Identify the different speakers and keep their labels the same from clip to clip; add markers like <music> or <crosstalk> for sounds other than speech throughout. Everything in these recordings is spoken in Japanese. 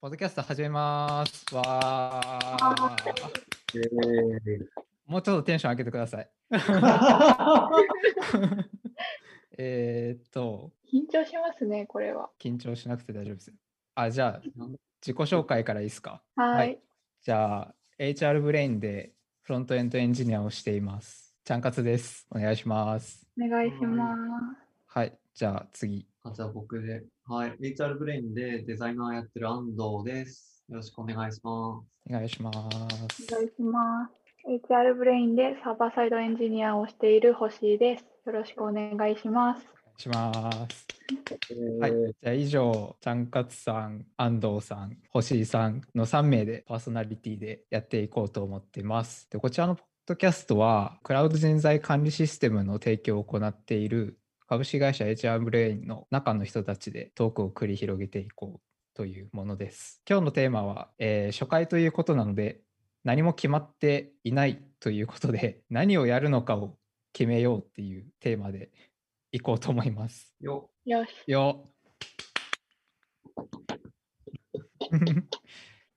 Speaker 1: ポッドキャスト始めます。わー
Speaker 2: えー
Speaker 1: もうちょっとテンション上げてください。えーっと、
Speaker 3: 緊張しますね、これは。
Speaker 1: 緊張しなくて大丈夫ですよ。あ、じゃあ、自己紹介からいいですか。
Speaker 3: は
Speaker 1: はい
Speaker 3: い。
Speaker 1: じゃあ、HR ブレインでフロントエンドエンジニアをしています。ちゃんかつです。お願いします。
Speaker 3: お願いします。
Speaker 1: はい、じゃあ次。
Speaker 2: あじゃあ僕で、はい、HR ブレインでデザイナーやってる安藤です。よろしくお願いしま
Speaker 1: お願いします。
Speaker 3: お願いします。HR ブレインでサーバーサイドエンジニアをしている星井です。よろしくお願いします。
Speaker 1: お願いします。
Speaker 2: す。
Speaker 1: はい
Speaker 2: えー、
Speaker 1: じゃあ以上、ちゃんかつさん、安藤さん、星井さんの3名でパーソナリティでやっていこうと思ってます。でこちらのポッドキャストは、クラウド人材管理システムの提供を行っている株式会社 HR ブレインの中の人たちでトークを繰り広げていこうというものです。今日のテーマは、えー初回ということなので、何も決まっていないということで、何をやるのかを決めようっていうテーマでいこうと思います。
Speaker 2: よ
Speaker 3: よし。
Speaker 1: よ。 <laughs>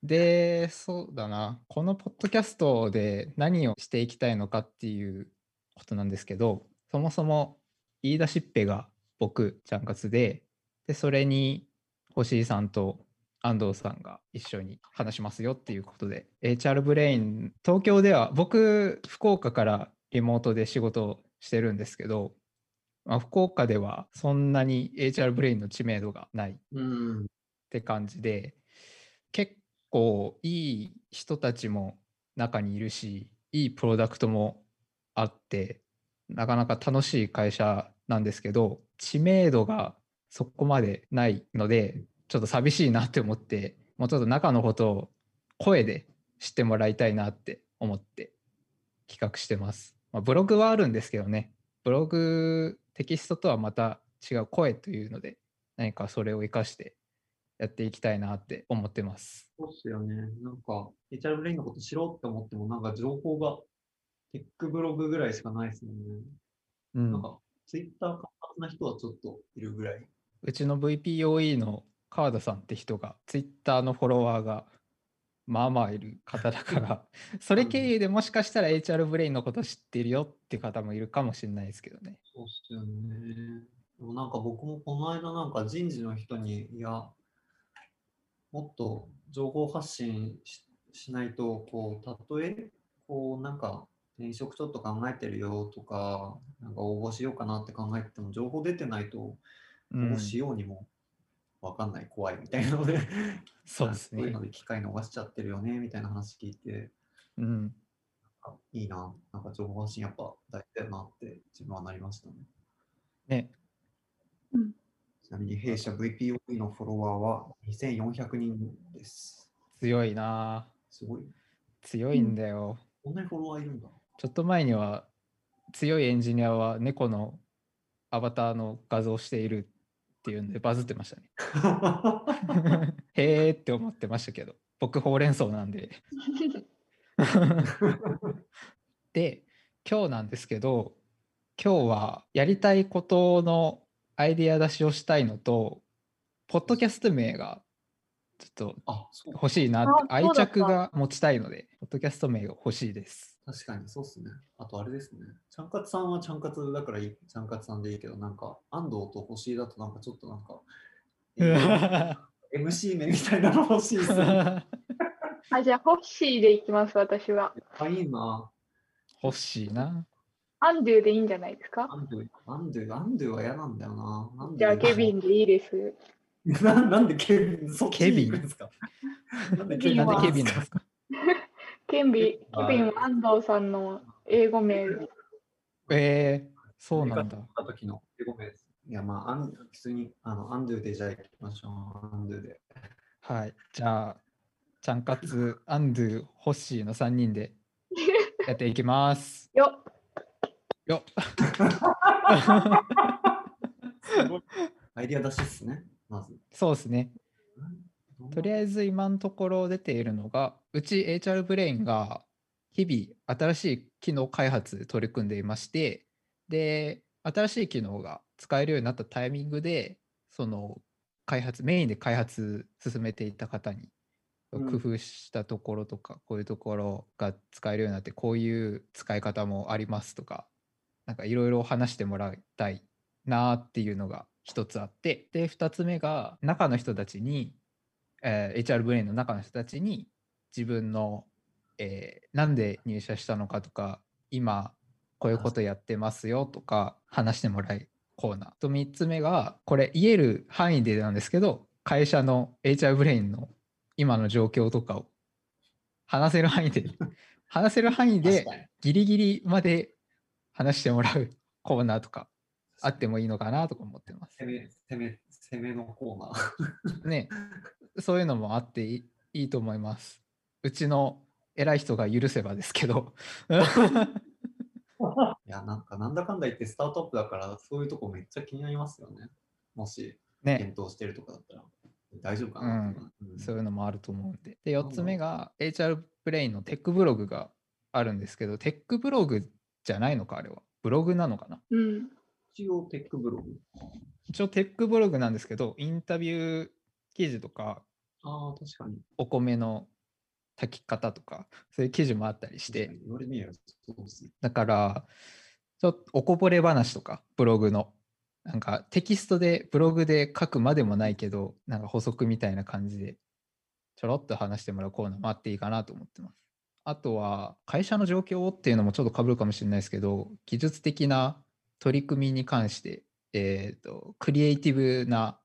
Speaker 1: で、そうだな。このポッドキャストで何をしていきたいのかっていうことなんですけど、そもそも言い出しっぺが僕、ちゃんかつで、で、それに星井さんと安藤さんが一緒に話しますよっていうことで、HR ブレイン、東京では、僕、福岡からリモートで仕事をしてるんですけど、まあ、福岡ではそんなに HR ブレインの知名度がないっ
Speaker 2: うん、
Speaker 1: て感じで、結構いい人たちも中にいるし、いいプロダクトもあって、なかなか楽しい会社なんですけど、知名度がそこまでないので、ちょっと寂しいなって思って、もうちょっと中のことを声で知ってもらいたいなって思って企画してます。まあ、ブログはあるんですけどね、ブログテキストとはまた違う声というので、何かそれを活かしてやっていきたいなって思ってます。
Speaker 2: そうっすよね。なんか、HR ブレインのこと知ろうって思っても、なんか情報が、テックブログぐらいしかないですもんね。
Speaker 1: うん
Speaker 2: なんか、ツイッター活発な人はちょっといるぐらい。
Speaker 1: うちの VPOE の川田さんって人が、ツイッターのフォロワーがまあまあいる方だ <laughs> から、それ経由でもしかしたら HR ブレインのこと知ってるよって方もいるかもしれないですけどね。
Speaker 2: そうっすよね。でもなんか僕もこの間なんか人事の人に、いや、もっと情報発信ししないと、こう、たとえ、こう、なんか転職ちょっと考えてるよとか、なんか応募しようかなって考えてても、情報出てないと、応
Speaker 1: うん
Speaker 2: 募しようにもわかんない、怖いみたいなので、
Speaker 1: そうです
Speaker 2: そういう
Speaker 1: ね
Speaker 2: の。で機会逃しちゃってるよね、みたいな話聞いて、
Speaker 1: うん。
Speaker 2: あいいな、なんか情報発信やっぱ大事だよなって自分はなりましたね。
Speaker 1: ね。
Speaker 2: ちなみに弊社 VPOE のフォロワーは2400人です。
Speaker 1: 強いなあ
Speaker 2: すごい。
Speaker 1: 強いんだよ。
Speaker 2: こんなにフォロワーいるんだ。
Speaker 1: ちょっと前には強いエンジニアは猫のアバターの画像をしているっていうんでバズってましたね。
Speaker 3: <laughs>
Speaker 1: へえって思ってましたけど僕ほうれん草なんで。で今日なんですけど今日はやりたいことのアイディア出しをしたいのとポッドキャスト名がちょっ
Speaker 2: <laughs> あ、そう
Speaker 1: と
Speaker 2: か。
Speaker 1: 欲しいなって
Speaker 3: あそ
Speaker 1: 愛
Speaker 3: うだった
Speaker 1: 着が持ちたいのでポッドキャスト名が欲しい
Speaker 3: <laughs>
Speaker 1: です。
Speaker 2: 確かにそうっすね。あとあれですね。ちゃんかつさんはちゃんかつだからいい、ちゃんかつさんでいいけど、なんか安藤と星井だとなんかちょっとなん <laughs> か、MC 名みたいなの欲しいっすね。
Speaker 3: <laughs> あ、じゃあ、ホッシーでいきます、私は。
Speaker 2: あ、いいな。
Speaker 1: 欲しいな。
Speaker 3: アンドゥでいいんじゃないですか
Speaker 2: アンドゥ、アンドゥ、アンドゥは嫌なんだよな。アンドゥ
Speaker 3: じゃあ、ケビンでいいです。
Speaker 2: <laughs> ななんでケビン、そっちに行くんですかなんで
Speaker 3: ケビン
Speaker 1: なんでケビン
Speaker 2: な
Speaker 1: なんで
Speaker 2: んです
Speaker 1: か
Speaker 3: ケンビ、ケビンは安藤さんの英語名です。
Speaker 1: えー、そうなんだ。
Speaker 2: た時のごめんです。いや、まあ、アン普通にあのアンドゥでじゃあ行きましょう。アンドゥで。
Speaker 1: はい。じゃあ、ちゃんかつ、アンドゥ、ホッシーの3人でやっていきます。 <laughs>
Speaker 3: よっ
Speaker 1: よっ
Speaker 2: アイディア出しですね、まず。
Speaker 1: そうですね。とり
Speaker 2: あ
Speaker 1: あえず今のところ出ているのが、うち HR ブレインが日々新しい機能開発取り組んでいまして、で、新しい機能が使えるようになったタイミングで、その開発、メインで開発進めていた方に
Speaker 2: うん
Speaker 1: 工夫したところとか、こういうところが使えるようになって、こういう使い方もありますとか、なんかいろいろ話してもらいたいなっていうのが一つあって、で、二つ目が中の人たちに、えー HR ブレインの中の人たちに自分の、えーなんで入社したのかとか、今こういうことやってますよとか話してもらいコーナーと3つ目がこれ言える範囲でなんですけど会社の HR ブレインの今の状況とかを話せる範囲
Speaker 2: <laughs>
Speaker 1: で話せる範囲で
Speaker 2: 確かに
Speaker 1: ギリギリまで話してもらうコーナーとかあってもいいのかなとか思ってます
Speaker 2: 攻め、攻め、攻めのコーナー。 <laughs>
Speaker 1: ねそういうのもあっていいいいと思いますうちの偉い人が許せばですけ
Speaker 2: <laughs>
Speaker 1: ど
Speaker 2: いや、なんか、なんだかんだ言ってスタートアップだから、そういうとこめっちゃ気になりますよね。もし、
Speaker 1: ね
Speaker 2: 検討してるとかだったら、大丈夫かなとか、うん
Speaker 1: そういうのもあると思うんで。で、
Speaker 2: なんだろ
Speaker 1: 4
Speaker 2: う
Speaker 1: つ目が HR プレインのテックブログがあるんですけど、テックブログじゃないのか、あれは。ブログなのかな
Speaker 3: うん。
Speaker 2: 一応、テックブログ。
Speaker 1: 一応テックブログなんですけど、インタビュー記事とか、
Speaker 2: ああ、確かに。
Speaker 1: お米の炊き方とか、そういう記事もあったりし
Speaker 2: 確か
Speaker 1: て、
Speaker 2: に言われてみればそうですね。
Speaker 1: だから、ちょっとおこぼれ話とか、ブログの。なんかテキストでブログで書くまでもないけど、なんか補足みたいな感じで、ちょろっと話してもらうコーナーもあっていいかなと思ってます。あとは、会社の状況っていうのもちょっとかぶるかもしれないですけど、技術的な取り組みに関して、えっ、と、クリエイティブな、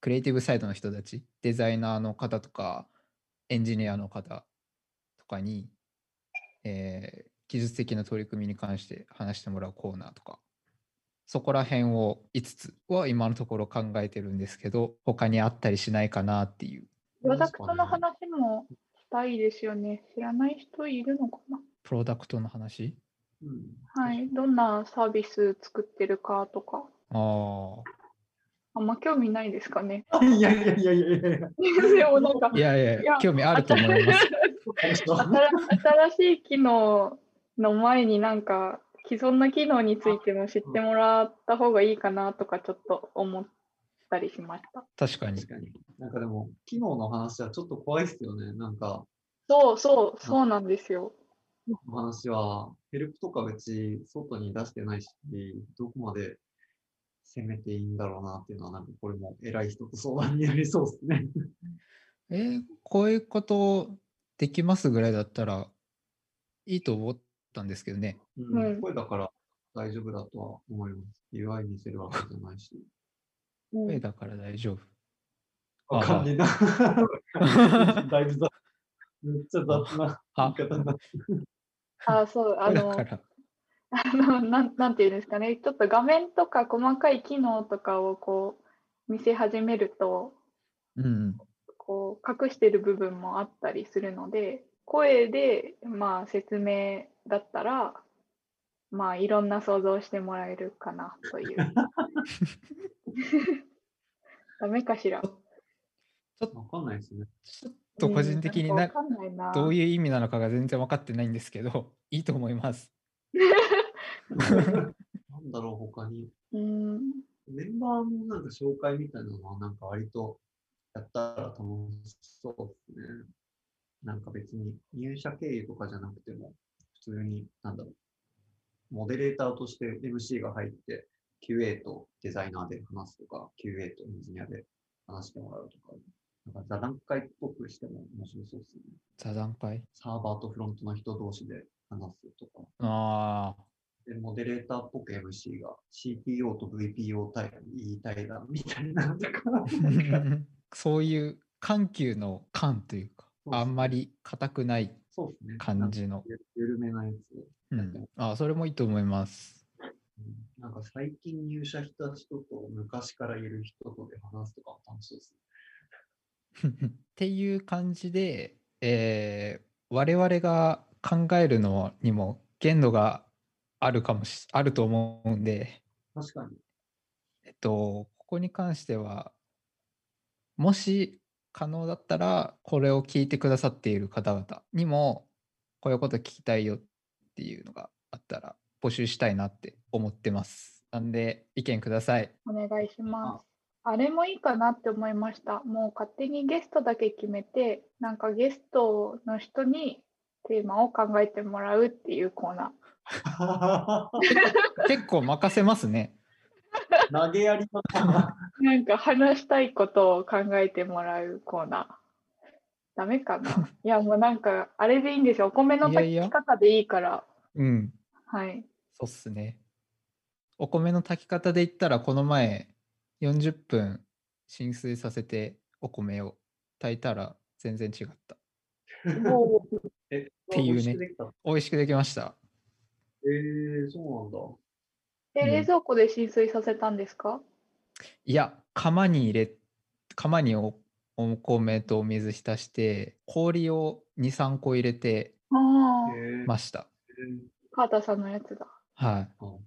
Speaker 1: クリエイティブサイドの人たち、デザイナーの方とか、エンジニアの方とかに、えー技術的な取り組みに関して話してもらうコーナーとか、そこら辺を5つは今のところ考えてるんですけど、他にあったりしないかなっていう。
Speaker 3: プロダクトの
Speaker 2: 確か
Speaker 3: 話もしたいですよね。知らない人いるのかな
Speaker 1: プロダクトの話
Speaker 2: にね。うん
Speaker 3: はい。どんなサービス作ってるかとか。
Speaker 1: あ
Speaker 3: あんま興味ないですかね。 <laughs>
Speaker 2: いやいやいやいやいやいや。
Speaker 3: でもなんか
Speaker 1: あ。いやいや
Speaker 3: いや
Speaker 1: 興味あると思います。
Speaker 3: 新新しい <laughs> 機能の前になんか既存の機能についても知ってもらった方がいいかなとかちょっと思ったりしました。
Speaker 1: 確かに
Speaker 2: 確。かに。なんかでも、機能の話はちょっと怖いですよね。なんか、
Speaker 3: そうそうそうなんですよ。
Speaker 2: 機能の話は、ヘルプとか別に外に出してないし、どこまで攻めていいんだろうなっていうのは、なんかこれも偉い人と相談になりそうですね。
Speaker 1: えーこういうことできますぐらいだったらいいと思ったんですけどね。
Speaker 2: うん。
Speaker 3: うん
Speaker 2: 声だから大丈夫だとは思います。UI 見せるわけじゃないし。
Speaker 3: うん
Speaker 1: 声だから大丈夫。
Speaker 2: わかんねえな。 <laughs> だいぶ雑。めっちゃ雑な言い方になって
Speaker 3: あそうあ
Speaker 1: 声だ
Speaker 3: の
Speaker 1: から。
Speaker 3: あのなんなんていうんですかねちょっと画面とか細かい機能とかをこう見せ始めると
Speaker 1: うん。
Speaker 3: こう隠してる部分もあったりするので声で、まあ、説明だったら、まあ、いろんな想像してもらえるかなという
Speaker 1: <laughs>
Speaker 3: ダメかしら
Speaker 2: わかんない <laughs> ですね。
Speaker 1: ちょっと個人的に
Speaker 3: な
Speaker 1: なん
Speaker 3: かわかんないな
Speaker 1: どういう意味なのかが全然分かってないんですけど、 <laughs> いいと思います。
Speaker 2: なんだろう、他に。
Speaker 3: うん
Speaker 2: メンバーのなんか紹介みたいなのは、なんか割とやったら楽しそうですね。なんか別に入社経由とかじゃなくても、普通に、なんだろう、モデレーターとして MC が入って、QA とデザイナーで話すとか、QA とエンジニアで話してもらうとか、なんか座談会っぽくしても面白そうですね。
Speaker 1: 座談会
Speaker 2: サーバーとフロントの人同士で話すとか。
Speaker 1: ああ、
Speaker 2: で、モデレーターっぽく MC が CTO と VPO 対 E 対談みたい
Speaker 1: <laughs>
Speaker 2: なのとか。
Speaker 1: そういう緩急の緩というか、
Speaker 2: そう
Speaker 1: あんま
Speaker 2: り
Speaker 1: り硬くない
Speaker 2: そうですね。
Speaker 1: 感。じの。
Speaker 2: 緩めなやつ。
Speaker 1: うん、あそれもいいと思います。
Speaker 2: うんなんか最近入社した人と昔からいる人とで話すとかも楽しそうですね。
Speaker 1: っていう感じで、えー我々が考えるのにも限度があるかもしあると思うんで、
Speaker 2: 確かに。
Speaker 1: えっと、ここに関しては、もし可能だったら、これを聞いてくださっている方々にも、こういうこと聞きたいよっていうのがあったら、募集したいなって思ってます。なんで、意見ください。
Speaker 3: お願いしますあれもいいかなって思いました。もう勝手にゲストだけ決めて、なんかゲストの人にテーマを考えてもらうっていうコーナー。
Speaker 1: <laughs> 結構任せますね。
Speaker 2: 投げやりの球。
Speaker 3: なんか話したいことを考えてもらうコーナー。ダメか <laughs> ないやもうなんかあれでいいんですよ。お米の
Speaker 1: いやいや
Speaker 3: 炊き方でいいから。
Speaker 1: うん。
Speaker 3: はい。
Speaker 1: そうっすね。お米の炊き方で言ったら、この前40分浸水させてお米を炊いたら全然違った。
Speaker 3: おー
Speaker 1: <laughs>
Speaker 2: え、
Speaker 1: ていうね
Speaker 2: 美味しくできたの。
Speaker 1: 美味しくできました。
Speaker 2: えー、そう
Speaker 3: え
Speaker 1: うん
Speaker 3: 冷蔵庫で浸水させたんですか、
Speaker 1: いや、釜に入れ、釜におお米とお水浸して、氷を2、3個入れて
Speaker 3: あ
Speaker 2: な
Speaker 3: あ
Speaker 2: んだ。、えー、
Speaker 1: ました。
Speaker 2: え
Speaker 3: カーターさんのやつだ。 <laughs>
Speaker 1: はい。っ
Speaker 2: ーあ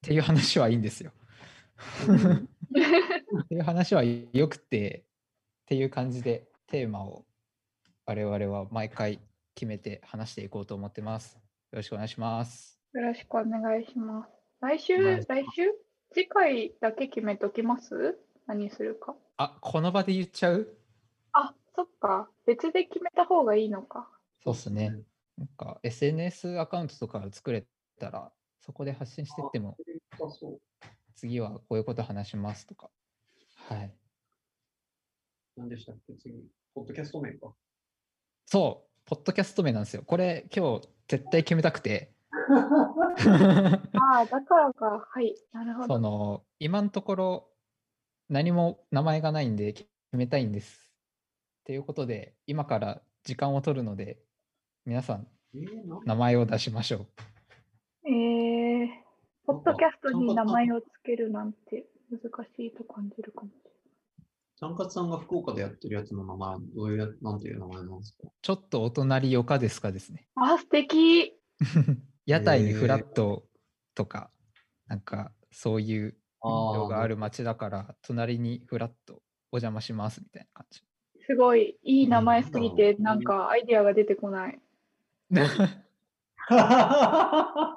Speaker 1: ていう話はいいん <laughs> ですよ。っていう話はよくてっていう感じでテーマを我々は毎回決めて話していこうと思ってます。よろしくお願いします。
Speaker 3: よろしくお願いします。来
Speaker 1: お願い
Speaker 3: 週、
Speaker 1: し
Speaker 3: 来週次回だけ決めときます何するか。
Speaker 1: あこの場で言っちゃう
Speaker 3: あ、そっか。別で決めた方がいいのか。
Speaker 1: そうっすね。なんか SNS アカウントとか作れたらそこで発信してっても
Speaker 2: そうそ
Speaker 1: 次はこういうこと話しますとか。はい。
Speaker 2: う。何でしたっけ、次。ポッドキャスト名
Speaker 1: <laughs>
Speaker 2: か。
Speaker 1: そう、ポッドキャスト名なんですよ。これ今日絶対決めたくて。
Speaker 3: ああ、だからか。はい。なるほ
Speaker 1: そ
Speaker 3: ど。
Speaker 1: の今のところ何も名前がないんで決めたいんです。ということで今から時間を取るので皆さん
Speaker 2: えー、なん
Speaker 1: 名前を出しましょう。
Speaker 3: えー、ポッドキャストに名前をつけるなんて難しいと感じるかもしれない。
Speaker 2: ちゃんかつさんが福岡でやってるやつの名前、どういうや、なんていう名前なんですか
Speaker 1: ちょっとお隣よかですかですね。 <laughs>
Speaker 3: あ、素敵。
Speaker 1: 屋台に
Speaker 2: へー
Speaker 1: フラットとか、なんかそういうの
Speaker 2: <laughs>
Speaker 1: がある街だから隣にフラットお邪魔しますみたいな感じ。
Speaker 3: すごいいい名前すぎて、
Speaker 2: うん
Speaker 3: なんかアイディアが出てこない。
Speaker 2: あ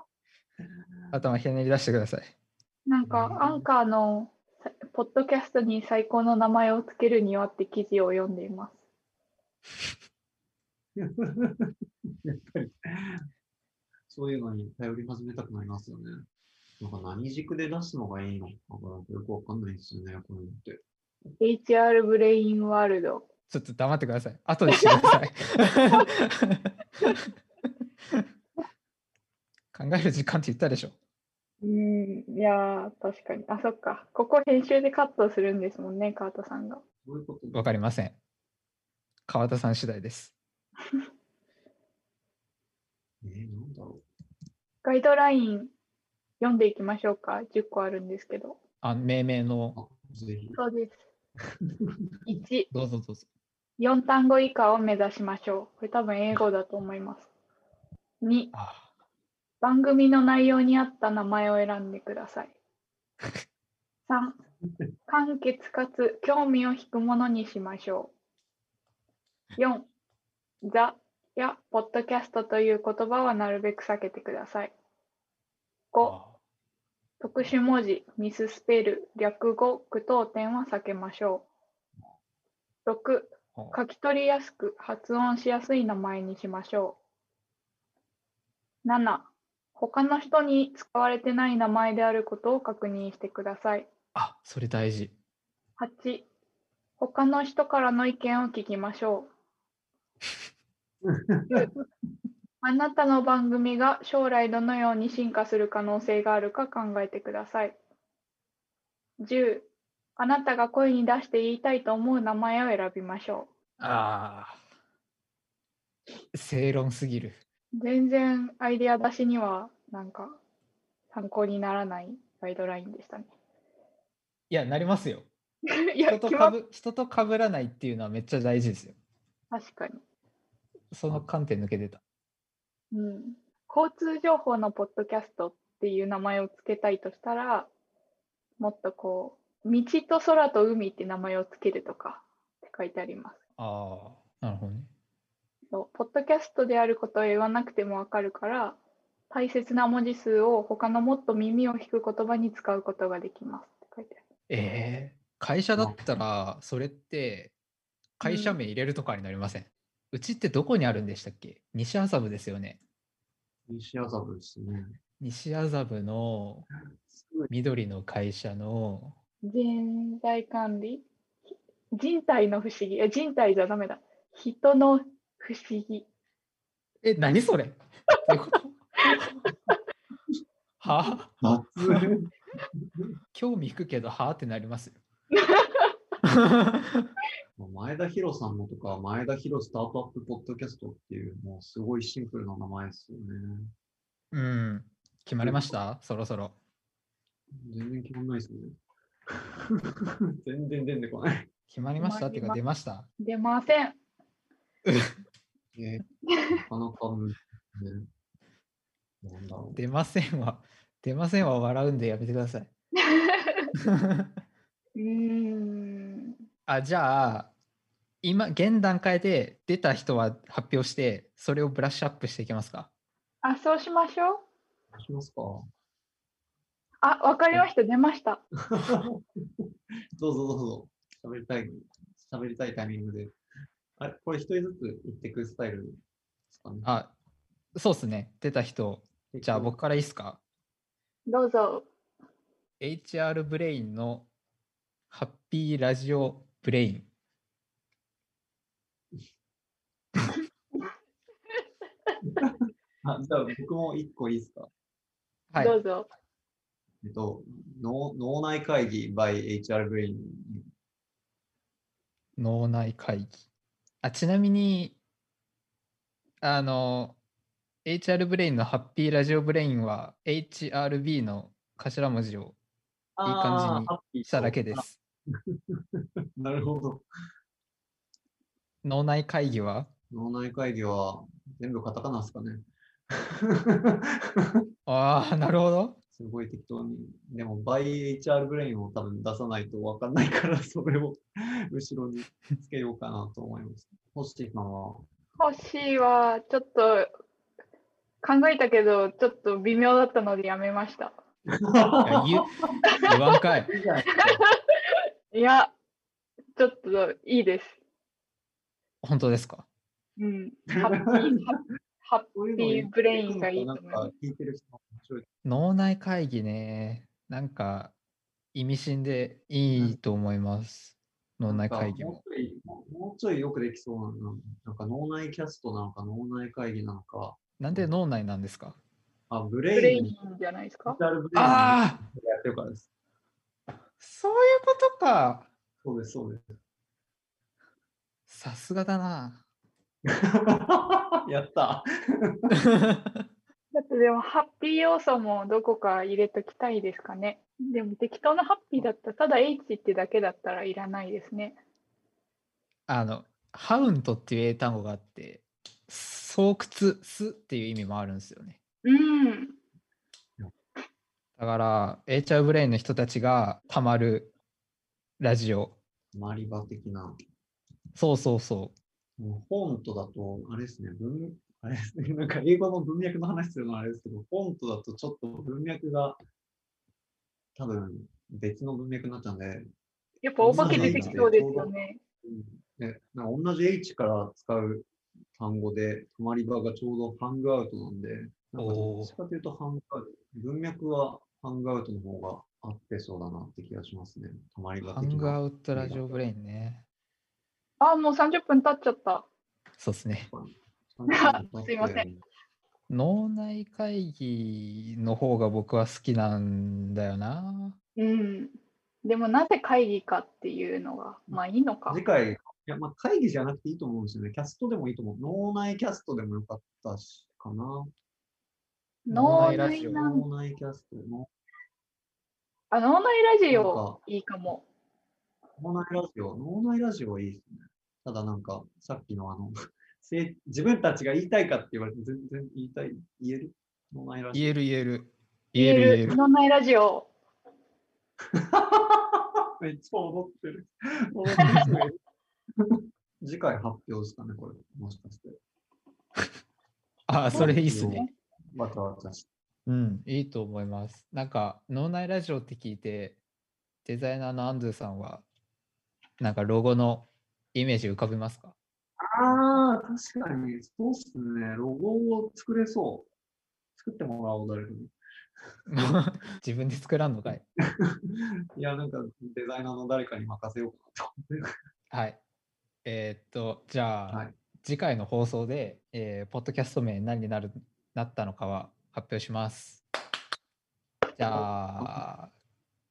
Speaker 1: <laughs> 頭ひねり出してください。
Speaker 3: なんか
Speaker 2: うん
Speaker 3: アンカーのさポッドキャストに最高の名前をつけるにはって記事を読んでいます。
Speaker 2: ーやっぱり、そういうのに頼り始めたくなりますよね。なんか何軸で出すのがいいのかよくわかんないですよね、こういうのって。
Speaker 3: HR ブレインワールド。
Speaker 1: ちょっと黙ってください。後でしてください。考える時間って言ったでしょ。
Speaker 3: うん、いやー、確かに。あ、そっか。ここ編集でカットするんですもんね、カートさんが。
Speaker 2: どういうこと
Speaker 1: わかりません。川田さん次第です。
Speaker 2: えー、なんだろ
Speaker 3: ガイドライン読んでいきましょうか。10個あるんですけど。
Speaker 1: あ、命名
Speaker 2: う。
Speaker 1: の。
Speaker 2: あ、ぜひ。
Speaker 3: そうです。1、
Speaker 1: どうぞどうぞ。
Speaker 3: 4単語以下を目指しましょう。これ多分英語だと思います。2、
Speaker 1: あ
Speaker 3: 番組の内容に合った名前を選んでください。3. 簡潔かつ興味を引くものにしましょう。4. ザやポッドキャストという言葉はなるべく避けてください。5.
Speaker 1: あ
Speaker 3: 特殊文字、ミススペル、略語、句読点は避けましょう。6.
Speaker 1: あ
Speaker 3: 書き取りやすく発音しやすい名前にしましょう。7. 他の人に使われてない名前であることを確認してください。
Speaker 1: あ、それ大事。
Speaker 3: 8. 他の人からの意見を聞きましょ
Speaker 1: <laughs>
Speaker 3: う。9. あなたの番組が将来どのように進化する可能性があるか考えてください。10. あなたが声に出して言いたいと思う名前を選びましょう。
Speaker 1: ああ。正論すぎる。
Speaker 3: 全然アイデア出しにはなんか参考にならないガイドラインでしたね。 <laughs>
Speaker 1: いや、なりますよ。
Speaker 3: いや、
Speaker 1: 人と
Speaker 3: 決
Speaker 1: か
Speaker 3: まっ
Speaker 1: ぶ人と被らないっていうのはめっちゃ大事ですよ。
Speaker 3: 確かに、
Speaker 1: その観点抜けてた。
Speaker 3: うん。交通情報のポッドキャストっていう名前をつけたいとしたら、もっとこう、道と空と海って名前をつけるとかって書いてあります。
Speaker 1: ああ。なるほどね。
Speaker 3: そうポッドキャストであることを言わなくてもわかるから、大切な文字数を他のもっと耳を引く言葉に使うことができますって書いてある。
Speaker 1: ええ会社だったら、それって会社名入れるとかになりません。うちってどこにあるんでしたっけ西麻布ですよね。
Speaker 2: 西麻布ですね。
Speaker 1: 西麻布の
Speaker 2: すごい
Speaker 1: 緑の会社の、
Speaker 3: 人材管理ひ人体の不思議。え、人体じゃダメだ。人の不思議。
Speaker 1: え、何それどういうこと <laughs> は
Speaker 2: 夏。
Speaker 1: 興味引くけど、はあってなり <laughs> ますよ。
Speaker 2: <laughs> 前田博さんのとか、前田博スタートアップポッドキャストっていう、もうすごいシンプルな名前ですよね。
Speaker 1: うん。決まりましたそろそろ。
Speaker 2: 全然決まんないです <laughs> ね。全然出てこない。
Speaker 1: 決まりましたっていうか出ました。
Speaker 3: 出ません。
Speaker 2: えなかなかむ、ね、なんだろう。
Speaker 1: 出ませんは、出ませんは笑うんでやめてください。
Speaker 3: うーん。
Speaker 1: あ、じゃあ、今、現段階で出た人は発表して、それをブラッシュアップしていきますか。
Speaker 3: あ、そうしましょう。
Speaker 2: どうし <laughs> ますか
Speaker 3: あ、わかりました。出ました。
Speaker 2: どうぞどうぞ。喋りたい、喋りたいタイミングで。あれ、これ一人ずつ言ってくスタイルですかね。
Speaker 1: あ、そうっすね。出た人。じゃあ僕からいいっすか。
Speaker 3: どうぞ。
Speaker 1: HR ブレインのハッピーラジオブレイン。
Speaker 2: あ、じゃあ僕も一個いいですか。
Speaker 1: はい。
Speaker 3: どうぞ。
Speaker 2: えっと、脳脳内会議 by HR ブレイン。
Speaker 1: 脳内会議。あ、ちなみに、あの、HR ブレインのハッピーラジオブレインは HRB の頭文字をいい感じに
Speaker 2: じ
Speaker 1: しただけで。す。
Speaker 2: なるほど。
Speaker 1: 脳内会議は
Speaker 2: 脳内会議は全部カタカナですかね。
Speaker 1: ああ、なるほど。
Speaker 2: すごい適当に。でも、by HR ブレインを多分出さないと分かんないから、 <laughs> それを後ろにつけようかなと思います。星さんは、
Speaker 3: 欲しいは、ちょっと考えたけど、ちょっと微妙だったのでやめました。
Speaker 1: いや言う言わんかい。
Speaker 2: いいじゃないです
Speaker 3: いや、ちょっといいです。
Speaker 1: 本当ですか。
Speaker 3: うん。ハッ
Speaker 2: か
Speaker 3: ピー、ハッ
Speaker 2: こうい
Speaker 3: ピ
Speaker 2: うのを言
Speaker 3: ー
Speaker 2: っ
Speaker 3: ブ
Speaker 2: て
Speaker 3: レ
Speaker 2: い
Speaker 3: イ
Speaker 2: く
Speaker 3: ン
Speaker 2: の
Speaker 3: が
Speaker 2: か
Speaker 3: いい
Speaker 2: な
Speaker 3: と思
Speaker 2: ん
Speaker 3: いま
Speaker 2: か聞いてる人も面白い。
Speaker 1: 脳内会議ね。なんか意味深でいいと思います。脳内会議
Speaker 2: なん
Speaker 1: も
Speaker 2: か。もうちょい。もうちょいよくできそうなの。なんか脳内キャストなのか、脳内会議なのか。
Speaker 1: なんで脳内なんですか
Speaker 2: あ、ブ
Speaker 3: す。ブレ
Speaker 2: レイ
Speaker 3: イ
Speaker 2: ン。
Speaker 3: ンじゃないですか
Speaker 2: HR ブレインや
Speaker 1: ああ
Speaker 2: ってるからです。
Speaker 1: そういうことか。
Speaker 2: そうです、 <laughs> そうです。
Speaker 1: さすがだな。
Speaker 2: <laughs> やっ
Speaker 3: だ
Speaker 2: た。
Speaker 3: ってでも、ハッピー要素もどこか入れときたいですかね。でも、適当なハッピーだったら、ただ H ってだけだったらいらないですね。
Speaker 1: あの、ハウントっていう英単語があって、巣窟、巣っていう意味もあるんですよね。
Speaker 3: うん。
Speaker 1: だから、HR ブレインの人たちがたまるラジオ。
Speaker 2: マリバ的な。
Speaker 1: そうそうそ
Speaker 2: もうフォントだと、あれですね、文、あれですね、 <laughs> なんか英語の文脈の話するのはあれですけど、フォントだとちょっと文脈が多分別の文脈になっちゃうんで、
Speaker 3: やっぱ、お化け出てきそうですよね。
Speaker 2: うんねなんか同じ H から使う単語で、止まり場がちょうどハングアウトなんで、なんかどっちかというとハングアウト、文脈はハングアウトの方が合ってそうだなって気がしますね。止まり
Speaker 1: う。
Speaker 2: 場
Speaker 1: ハ
Speaker 2: 的
Speaker 1: ング
Speaker 2: な
Speaker 1: ア。ウトラジオブレインね。
Speaker 3: ああ、もう30分経っちゃった。
Speaker 1: そうですね。
Speaker 3: すいません。
Speaker 1: 脳内会議の方が僕は好きなんだよな。
Speaker 3: うん。でも、なぜ会議かっていうのが、まあいいのか
Speaker 2: 次。回、いやまあ、会議じゃなくていいと思うんですよね。キャストでもいいと思う。脳内キャストでもよかったし、かな。
Speaker 3: 脳
Speaker 1: 内ラ
Speaker 3: 内
Speaker 1: ジオ
Speaker 3: なん
Speaker 2: 脳内キャストの。
Speaker 3: あ、脳内ラジ
Speaker 2: なん
Speaker 3: オ
Speaker 2: か
Speaker 3: いいかも。
Speaker 2: 脳内ラジオ。脳内ラジオいいですね。ただなんか、さっきのあ <laughs> の、せ自分たちが言いたいかって言われて、全然言いたい、言える脳内ラジ
Speaker 1: 言える言える。言
Speaker 3: 言
Speaker 1: え
Speaker 3: え
Speaker 1: る言え
Speaker 3: る
Speaker 1: る。
Speaker 3: 脳内ラジオ。
Speaker 2: オ。 <laughs> めっちゃ踊っ
Speaker 3: <laughs>
Speaker 2: てる。踊ってる人がいる次回発表ですかね、これ。もしかして。
Speaker 1: <laughs> あ、それいいっすね。
Speaker 2: わちゃわちゃして。
Speaker 1: うん、いいと思います。なんか、脳内ラジオって聞いて、デザイナーのアンドゥさんは、なんかロゴのイメージ浮かびますか <laughs>
Speaker 2: ああ、確かに、そうっすね。ロゴを作れそう。作ってもらおう、誰かに。
Speaker 1: 自分で作らんのかい
Speaker 2: いや、なんかデザイナーの誰かに任せようかなと思って。 <laughs>
Speaker 1: はい。えーっと、じゃあ、
Speaker 2: はい
Speaker 1: 次回の放送で、えーポッドキャスト名何になるなったのかは発表します。じゃあ、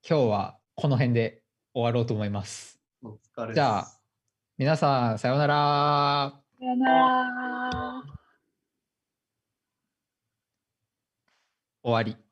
Speaker 1: 今日はこの辺で終わろうと思います。
Speaker 2: お疲れです
Speaker 1: じゃあ皆さん、さようなら。
Speaker 3: さよなら。
Speaker 1: 終わり。